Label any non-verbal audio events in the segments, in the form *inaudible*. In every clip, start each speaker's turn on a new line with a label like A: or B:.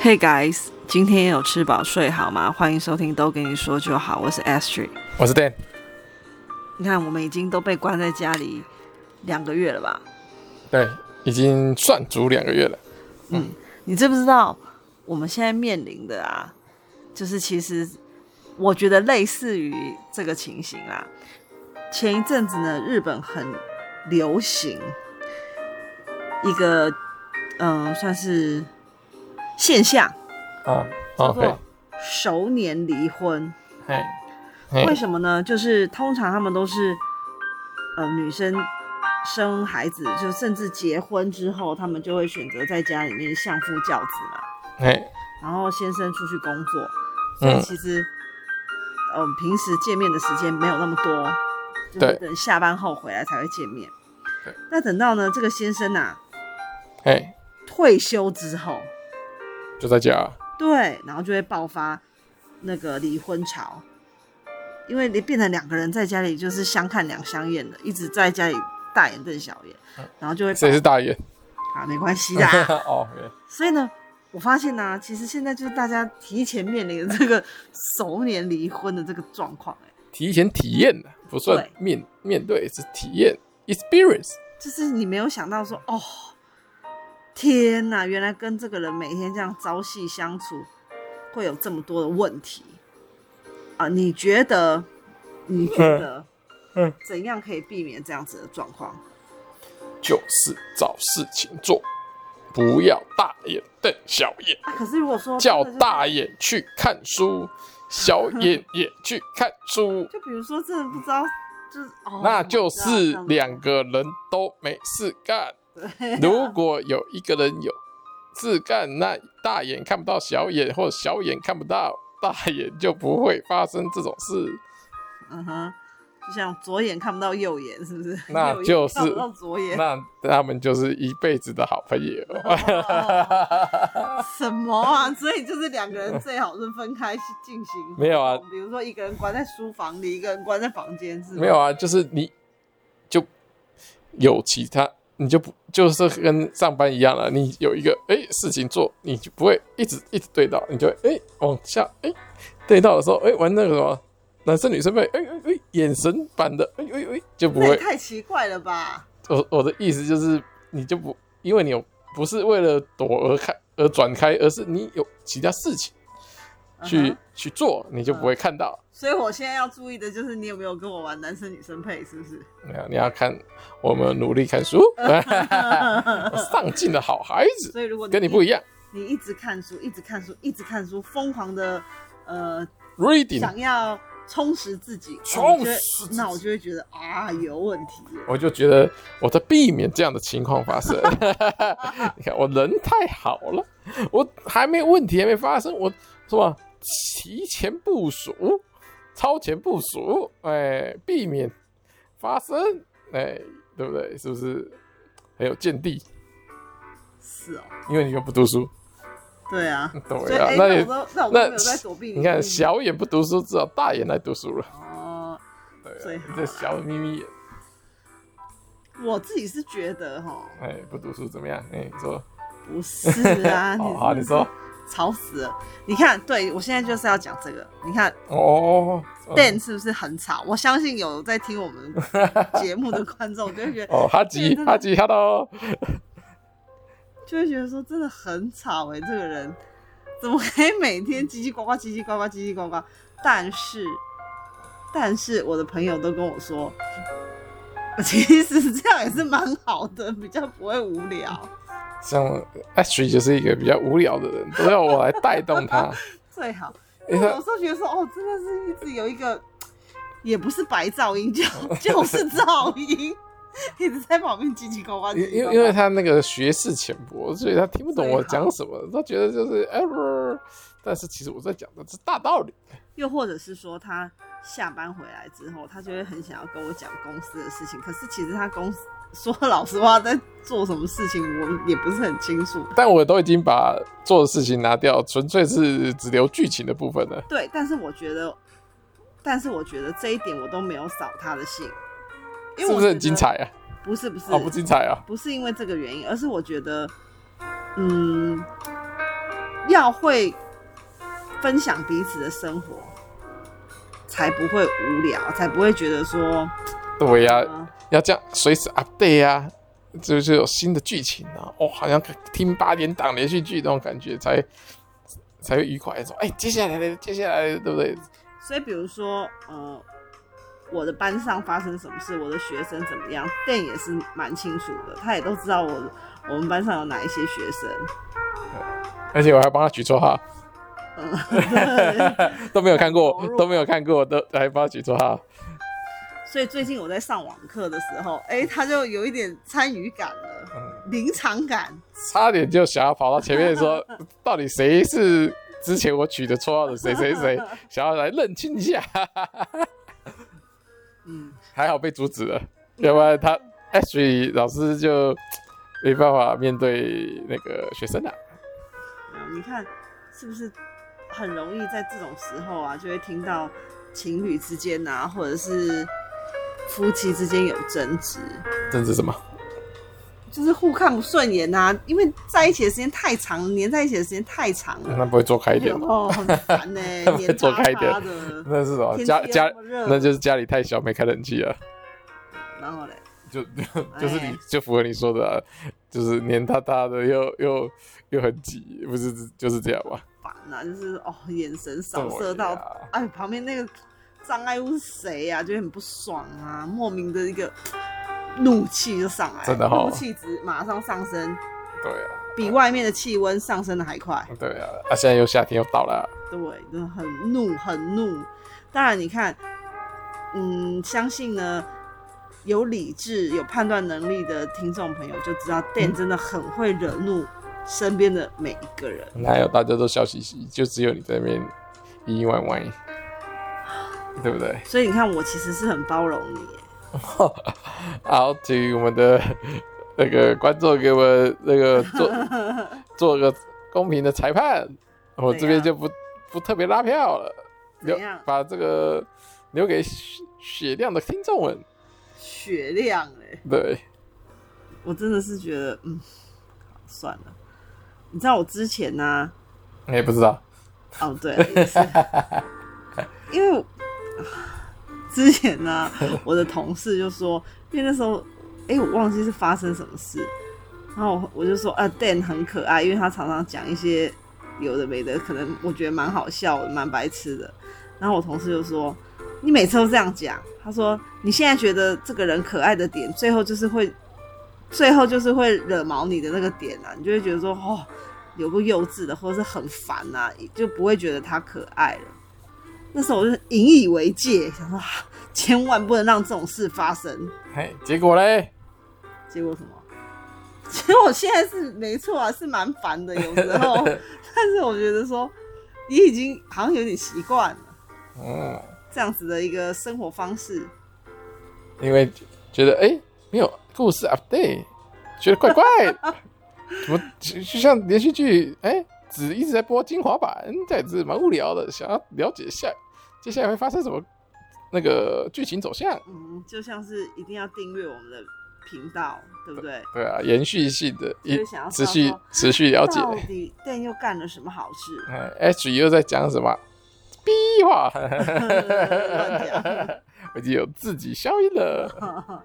A: Hey guys，今天有吃饱睡好吗？欢迎收听《都给你说就好》，我是 Astrid。
B: 我是 Dan，
A: 你看，我们已经都被关在家里两个月了吧？
B: 对，已经算足两个月了。
A: 你知不知道我们现在面临的啊，就是其实我觉得类似于这个情形啊。前一阵子呢，日本很流行一个嗯、呃算是现象，
B: 啊
A: 叫
B: ，OK，
A: 做熟年离婚。
B: 嘿，
A: 为
B: 嘿，
A: 什么呢？就是通常他们都是，呃，女生生孩子，就甚至结婚之后，他们就会选择在家里面相夫教子嘛，
B: 嘿，
A: 然后先生出去工作，所以
B: 嗯，
A: 其实，呃，平时见面的时间没有那么多，就是
B: 对
A: 等下班后回来才会见面
B: 对。
A: 那等到呢，这个先生啊
B: 嘿，
A: 退休之后，
B: 就在家啊，
A: 对，然后就会爆发那个离婚潮，因为你变成两个人在家里就是相看两相厌的，一直在家里大眼瞪小眼，然后就会
B: 谁是大爷？
A: 啊没关系啦。
B: *laughs* 哦，OK， *laughs*
A: 所以呢，我发现呢、其实现在就是大家提前面临的这个 *laughs* 熟年离婚的这个状况、欸，
B: 提前体验的，不算
A: 对
B: 面面对，是体验 experience。
A: 就是你没有想到说哦。天呐，原来跟这个人每天这样朝夕相处，会有这么多的问题啊！你觉得？你觉得？
B: 嗯，
A: 怎样可以避免这样子的状况？
B: 就是找事情做，不要大眼瞪小眼，
A: 啊，可是如果说
B: 叫
A: 真的就是
B: 大眼去看书，小眼也去看书，
A: 就比如说真的不知道，就是哦，
B: 那就是
A: 个
B: 两个人都没事干。如果有一个人有事干，那大眼看不到小眼，或者小眼看不到大眼，就不会发生这种事。
A: 嗯哼，就像左眼看不到右眼，是不是？
B: 那
A: 右眼
B: 就是
A: 看不到左眼，
B: 那他们就是一辈子的好朋友。
A: 什么啊？所以就是两个人最好是分开去进行。
B: *laughs* 没有啊
A: 比如说一个人关在书房里，一个人关在房间，是吗
B: 没有啊，就是你就有其他，你就不就是跟上班一样了。你有一个哎、诶事情做，你就不会一直一直对到，你就会哎、诶往下哎、诶对到的时候哎、诶玩那个什么男生女生被哎哎哎眼神版的哎哎哎就不
A: 那也
B: 会。
A: 太奇怪了吧？
B: 我我的意思就是你就不因为你有不是为了躲而开而转开，而是你有其他事情
A: 嗯
B: 去、
A: 哼
B: 去做，你就不会看到。
A: 所以我现在要注意的就是你有没有跟我玩男生女生配，是不是？
B: 没哎有，你要看我们努力
A: *laughs*
B: 看书，哎上进的好孩子，
A: 所以如果
B: 跟你不一
A: 样，
B: 样。
A: 你一直看书，一直看书，一直看书，疯狂的呃
B: Reading，
A: 想要充实自己，
B: 充实
A: 我就会
B: 自己
A: 那我就会觉得啊有问题耶。
B: 我就觉得我在避免这样的情况发生。 *laughs* 你看，我人太好了，我还没问题还没发生，我是吧？提前部署，超前部署，哎，避免发生，哎，对不对？是不是很有见地？
A: 是哦，
B: 因为你又不读书，
A: 对
B: *laughs*
A: 啊。
B: 懂
A: 所以
B: 呀
A: 哎、？
B: 那
A: 那
B: 你
A: 我都那我都
B: 那
A: 没有在躲避
B: 你看，
A: 的
B: 小眼不读书，至少大眼来读书了。
A: 哦，
B: 对
A: 最
B: 啊
A: 好，
B: *laughs* 这小眯眯眼，
A: 我自己是觉得哈，
B: *laughs* 哎，不读书怎么样？哎，你说，
A: 不是啊，你
B: 好好，你说，
A: 吵死了！你看，对我现在就是要讲这个。你看
B: 哦，嗯
A: Dan 是不是很吵？我相信有在听我
B: *laughs*
A: 们节目的观众就会觉得，
B: 哦，哈吉，哈吉，hello，
A: 就会觉得说真的很吵哎、这个人怎么可以每天叽叽呱呱、叽叽呱呱、叽叽呱呱？但是，但是我的朋友都跟我说，其实这样也是蛮好的，比较不会无聊。
B: 像 Ashley 就是一个比较无聊的人，都要我来带动
A: *laughs*
B: 他。
A: 最好。
B: 你
A: 因为有
B: 看
A: 时候觉得说，哦，真的是一直有一个，也不是白噪音，
B: *laughs*
A: 就就是噪音，一直在旁边叽叽呱呱。
B: 因
A: 叽叽呱
B: 因
A: 呱
B: 因为他那个学识浅薄，所以他听不懂我
A: 最好
B: 讲什么，他觉得就是哎，不是但是其实我在讲的是大道理。
A: 又或者是说他下班回来之后，他就会很想要跟我讲公司的事情，可是其实他公司说老实话，在做什么事情我也不是很清楚。
B: 但我都已经把做的事情拿掉，纯粹是只留剧情的部分了。
A: 对，但是我觉得，但是我觉得这一点我都没有扫他的兴，因为
B: 是
A: 我觉
B: 不是
A: 得
B: 很精？彩啊？
A: 不是不是，
B: 哦，不精彩啊！
A: 不是因为这个原因，而是我觉得，嗯，要会分享彼此的生活，才不会无聊，才不会觉得说，
B: 对呀、
A: 嗯
B: 要这样随时 update 啊，就是有新的剧情啊，哦，好像听八点档连续剧那种感觉才才会愉快。说，哎，接下来的，接下来的，对不对？
A: 所以比如说，呃，我的班上发生什么事，我的学生怎么样，店也是蛮清楚的，他也都知道我我们班上有哪一些学生，
B: 而且我还帮他取绰号，
A: 嗯， *laughs*
B: 都没有看
A: 好投
B: 过，
A: 入
B: 都没有看过，都还帮他取绰号。
A: 所以最近我在上网课的时候，哎、他就有一点参与感了，临场感。
B: 差点就想要跑到前面说， *laughs* 到底谁是之前我取的绰号的谁谁
A: *laughs*
B: 谁，想要来认清一下。
A: 嗯，
B: 还好被阻止了，要不然他 Ashley 老师就没办法面对那个学生了、啊
A: 嗯你看是不是很容易在这种时候啊，就会听到情侣之间啊，或者是夫妻之间有争执，
B: 政治什么？
A: 就是互看不顺眼啊，因为在一起的时间太长，黏在一起的时间太长了。
B: 那不会做 *laughs* 开一点吗？
A: 哦，很烦
B: *laughs*
A: 呢、欸，黏
B: 走
A: 巴
B: 开一点
A: 巴
B: *laughs*
A: 的。
B: 那是什么？
A: 天气
B: 家
A: 又
B: 家
A: 那么热
B: 那就是家里太小，没开冷气啊。
A: 然后嘞， *laughs*
B: 就就是你
A: 哎
B: 就符合你说的、啊，就是黏哒哒的，又又又很挤，不是就是这样吧？
A: 烦啊，就是哦，眼神扫射
B: 对
A: 到
B: 啊，
A: 哎，旁边那个障碍物是谁呀、就很不爽啊，莫名的一个怒气就上来了，
B: 真的哦
A: 怒气值马上上升，
B: 对啊，
A: 比外面的气温上升的还快。
B: 对啊，啊，现在又夏天又到了啊、
A: 对，真的很怒，很怒。当然，你看，嗯，相信呢，有理智、有判断能力的听众朋友就知道，Dan 真的很会惹怒身边的每一个人。
B: 哪有大家都笑嘻嘻，就只有你在那边唧唧歪歪，对不对？
A: *laughs* 所以你看，我其实是很包容你耶。
B: 好，请我们的 *laughs* 那个观众给我们那个
A: *laughs*
B: 做做个公平的裁判，我这边
A: 怎样
B: 就不不特别拉票了，留
A: 怎样
B: 把这个留给雪雪亮的听众们。
A: 雪亮哎，
B: 对，
A: 我真的是觉得，嗯，好算了。你知道我之前呢、
B: 你哎也不知道，
A: 哦，对了，也是，因为我之前呢、我的同事就说，因为那时候，哎、我忘记是发生什么事，然后我我就说，啊，Dan 很可爱，因为他常常讲一些有的没的，可能我觉得蛮好笑的，蛮白痴的。然后我同事就说，你每次都这样讲，他说你现在觉得这个人可爱的点，最后就是会，最后就是会惹毛你的那个点啊，你就会觉得说，哦。有个幼稚的，或者是很烦啊，就不会觉得他可爱了。那时候我就引以为戒，想说、啊、千万不能让这种事发生。
B: 嘿，哎结果嘞，
A: 结果什么？其实我现在是没错啊，是蛮烦的，有时
B: *laughs*
A: 候，但是我觉得说你已经好像有点习惯了
B: 嗯，
A: 这样子的一个生活方式。
B: 因为觉得哎、没有故事 update，觉得
A: *laughs*
B: 怪怪，怎么就就像连续剧哎、只一直在播精华版，这样子蛮无聊的，想要了解下接下来会发生什么那个剧情走向。
A: 嗯，就像是一定要订阅我们的频道，对不对？
B: 对啊，延续性的，一
A: 就是想要知
B: 持
A: 道
B: 续
A: 说
B: 持续了解。
A: 到底店又干了什么好事？
B: *laughs*
A: *laughs*
B: 哎，H 又在讲什么逼话？
A: 乱
B: *laughs* 我已经有自己消音了。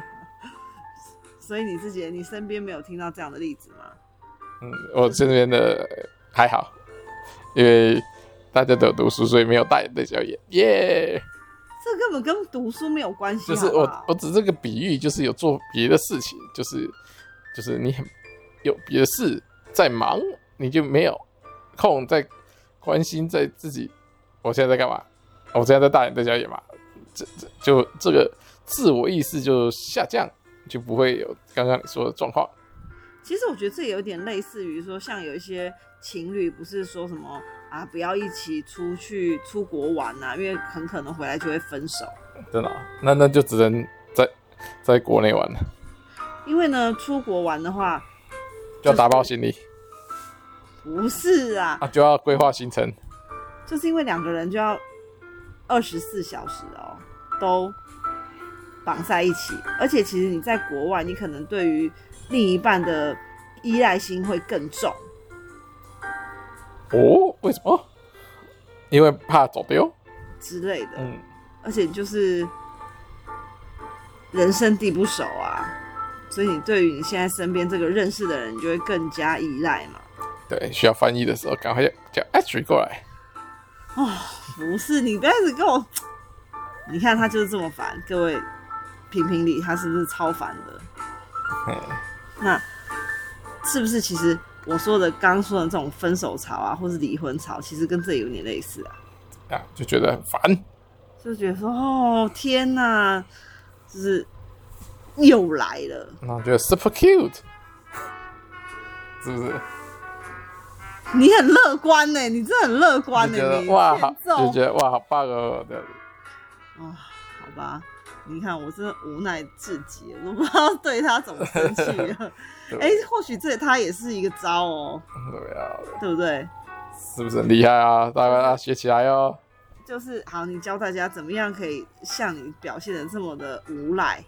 A: *laughs* 所以你自己，你身边没有听到这样的例子吗？
B: 嗯，我这边的还好，因为大家都有读书，所以没有大眼瞪小眼，耶、
A: 这根本跟读书没有关系，
B: 就是
A: 好不
B: 我
A: 好
B: 我只这个比喻，就是有做别的事情，就是就是你很有别的事在忙，你就没有空在关心在自己。我现在在干嘛？我现在在大眼瞪小眼嘛，这这就这个自我意识就下降，就不会有刚刚你说的状况。
A: 其实我觉得这有点类似于说，像有一些情侣不是说什么啊，不要一起出去出国玩啊，因为很可能回来就会分手。
B: 真的啊、那那就只能在在国内玩了，
A: 因为呢，出国玩的话，
B: 就要打包行李
A: 不是啊，
B: 啊，就要规划行程。
A: 就是因为两个人就要二十四小时哦，都绑在一起，而且其实你在国外，你可能对于另一半的依赖心会更重。
B: 哦，为什么？因为怕走丢。
A: 之类的，
B: 嗯，
A: 而且就是人生地不熟啊，所以你对于你现在身边这个认识的人，你就会更加依赖嘛。
B: 对，需要翻译的时候，赶快叫叫 Ashley 过来。
A: 不是你不要一直跟我，你看他就是这么烦，各位评评理，他是不是超烦的？
B: 嗯，
A: 那是不是其实我说的刚说的这种分手潮啊，或是离婚潮，其实跟这有点类似啊？
B: 啊，就觉得很烦。
A: 就觉得说哦天哪，就是又来了。
B: 然后觉得 super cute，是不是？
A: 你很乐观呢、你真的很乐观
B: 就
A: 呢、
B: 觉
A: 你
B: 得哇，好
A: 欠揍
B: 就觉得哇，好棒哦！这样子
A: 哦，好吧，你看我真的无奈至极，我都不知道对他怎么生气了。
B: 对
A: 哎、或许这他也是一个招哦，
B: 对啊，
A: 对不对？
B: 是不是很厉害啊？大家要学起来哦。
A: 就是好，你教大家怎么样可以像你表现的这么的无
B: *laughs*
A: 赖，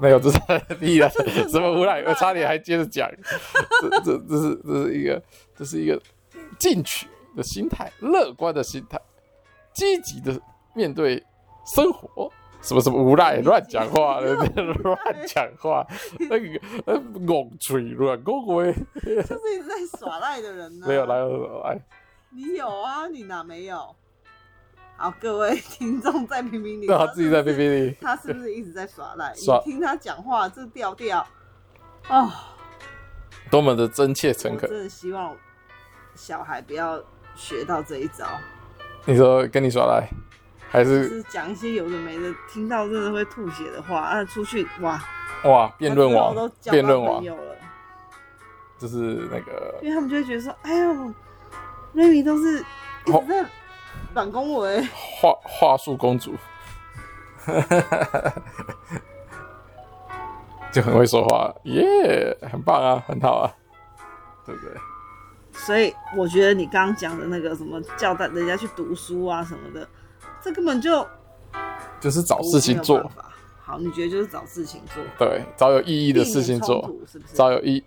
B: 没有，这是必然什么无赖？我差点还接着讲，这这这是这是一个这是一个进取的心态，乐观的心态，积极的面对生活。什么什么无赖，乱讲话，乱讲话，那个呃戆嘴乱戆鬼，
A: 就是一直在耍赖的人呢、
B: 没有来，来，
A: 你有啊，你哪没有？好，各位 *laughs* 听众再评评理，
B: 那啊自己在 B B 里
A: 他是不是一直在耍赖？
B: 耍
A: 你听他讲话这调调，哦，
B: 多么的真切诚
A: 我
B: 恳。
A: 真的希望小孩不要学到这一招，
B: 你说跟你耍赖，还
A: 就是是讲一些有的没的，听到真的会吐血的话，啊，出去哇，
B: 哇辩论
A: 他知道啊我
B: 王
A: 都，交
B: 辩
A: 到
B: 论
A: 朋
B: 王
A: 友了，
B: 就是那个
A: 因为他们就会觉得说，哎呦，瑞米都是一
B: 哦
A: 直在反攻我哎，
B: 话话术公主， *laughs* 就很会说话，耶、很棒啊，很好啊，对不对？
A: 所以我觉得你刚刚讲的那个什么叫大人家去读书啊什么的，这根本就
B: 就是找事情做
A: 没有，办法。好，你觉得就是找事情做，
B: 对，找有意义
A: 避
B: 的
A: 免
B: 事情
A: 冲
B: 做，
A: 突是不是？
B: 找有意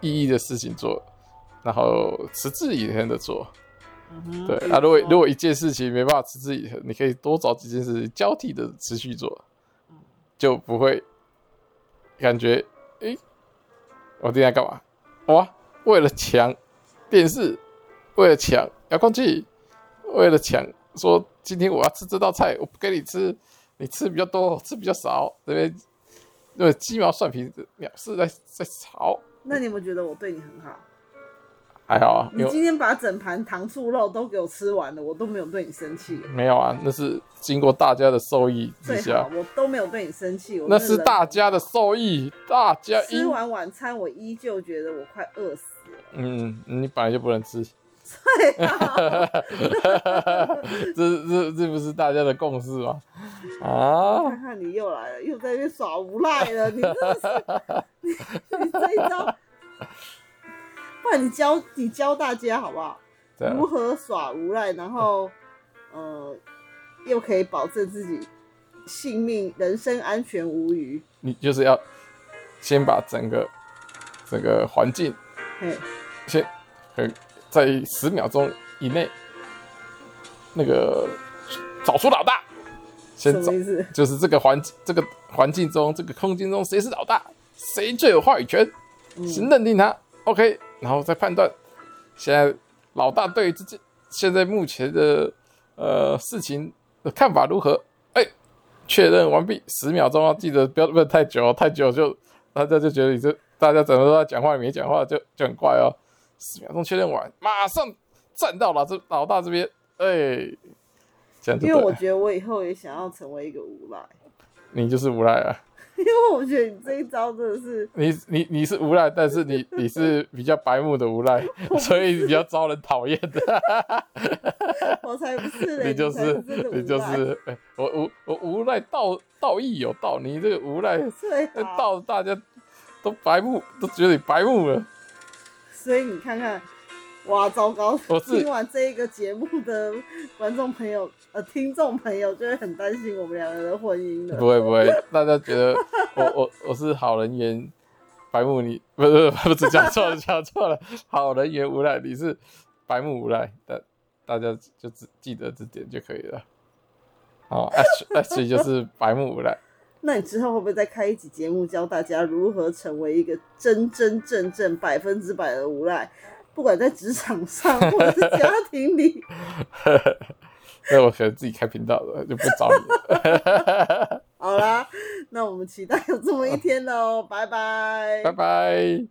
B: 意义的事情做，然后持之以恒的做。
A: 嗯哼
B: 对
A: 比
B: 啊，如果
A: 说
B: 如果一件事情没办法持之以恒，你可以多找几件事情交替的持续做，
A: 嗯
B: 就不会感觉诶、我今天干嘛？哇，为了抢电视，为了抢遥控器，为了抢说今天我要吃这道菜，我不给你吃，你吃比较多，我吃比较少，这边因为鸡毛蒜皮鸟事在在吵，
A: 那你有没有觉得我对你很好？
B: 还好啊，
A: 你
B: 因为
A: 今天把整盘糖醋肉都给我吃完了，我都没有对你生气，
B: 没有啊，那是经过大家的受益之
A: 最
B: 下
A: 好。我都没有对你生气。我
B: 那
A: 真的
B: 是
A: 人
B: 大家的受益，大家
A: 吃
B: 因
A: 完晚餐，我依旧觉得我快饿死了。
B: 嗯，你本来就不能吃，
A: 对啊，
B: 这这这不是大家的共识吗？啊，
A: 看看你又来了，又在那边耍无赖了，你真的是，
B: *laughs*
A: 你你这一招，不然你教你教大家好不好？
B: 这样
A: 如何耍无赖，然后呃，又可以保证自己性命、人身安全无虞。
B: 你就是要先把整个整个环境
A: 嘿，
B: 先很在十秒钟以内，那个找出老大，
A: 什
B: 先找
A: 么意思？
B: 就是这个环这个环境中这个空间中谁是老大，谁最有话语权，
A: 嗯
B: 先认定他、OK，然后再判断现在老大对于自己现在目前的呃事情的看法如何？哎，确认完毕，十秒钟啊，记得不要不要太久哦，太久就大家就觉得你这大家怎么都在讲话没讲话就就很怪哦。十秒钟确认完，马上站到老这老大这边，哎，这样就
A: 因为
B: *laughs* 对啊
A: 我
B: 了，
A: 觉得我以后也想要成为一个无赖，
B: 你就是无赖啊。
A: 因为我觉得你这一招真的是，
B: 你你你是无赖，但是你你是比较白目的无
A: *laughs*
B: 赖，所以比较招人讨厌的。
A: 我才不是嘞，
B: 你就
A: 才
B: 是
A: 真的无赖
B: 你就是哎我无我无赖道道义有道，你这个无赖 *laughs*
A: 最
B: 那
A: 嗯好。
B: 道大家都白目，都觉得你白目了。
A: 所以你看看，哇，糟糕！
B: 我是
A: 听完这一个节目的观众朋友，呃，听众朋友就会很担心我们两个人的婚姻
B: *laughs* 不
A: 了。
B: 会不会，大家觉得我我我是好人缘，白目你不是不是讲错了讲错了，好人缘无赖，你是白目无赖，大大家就只记得这点就可以了。好，H H 就是白目无赖。
A: 那你之后会不会再开一集节目，教大家如何成为一个真真正正百分之百的无赖？不管在职场上或者是家庭里，
B: 那我可能自己开频道了，就不找你了。
A: 哦好啦，那我们期待有这么一天喽，拜拜，
B: 拜拜。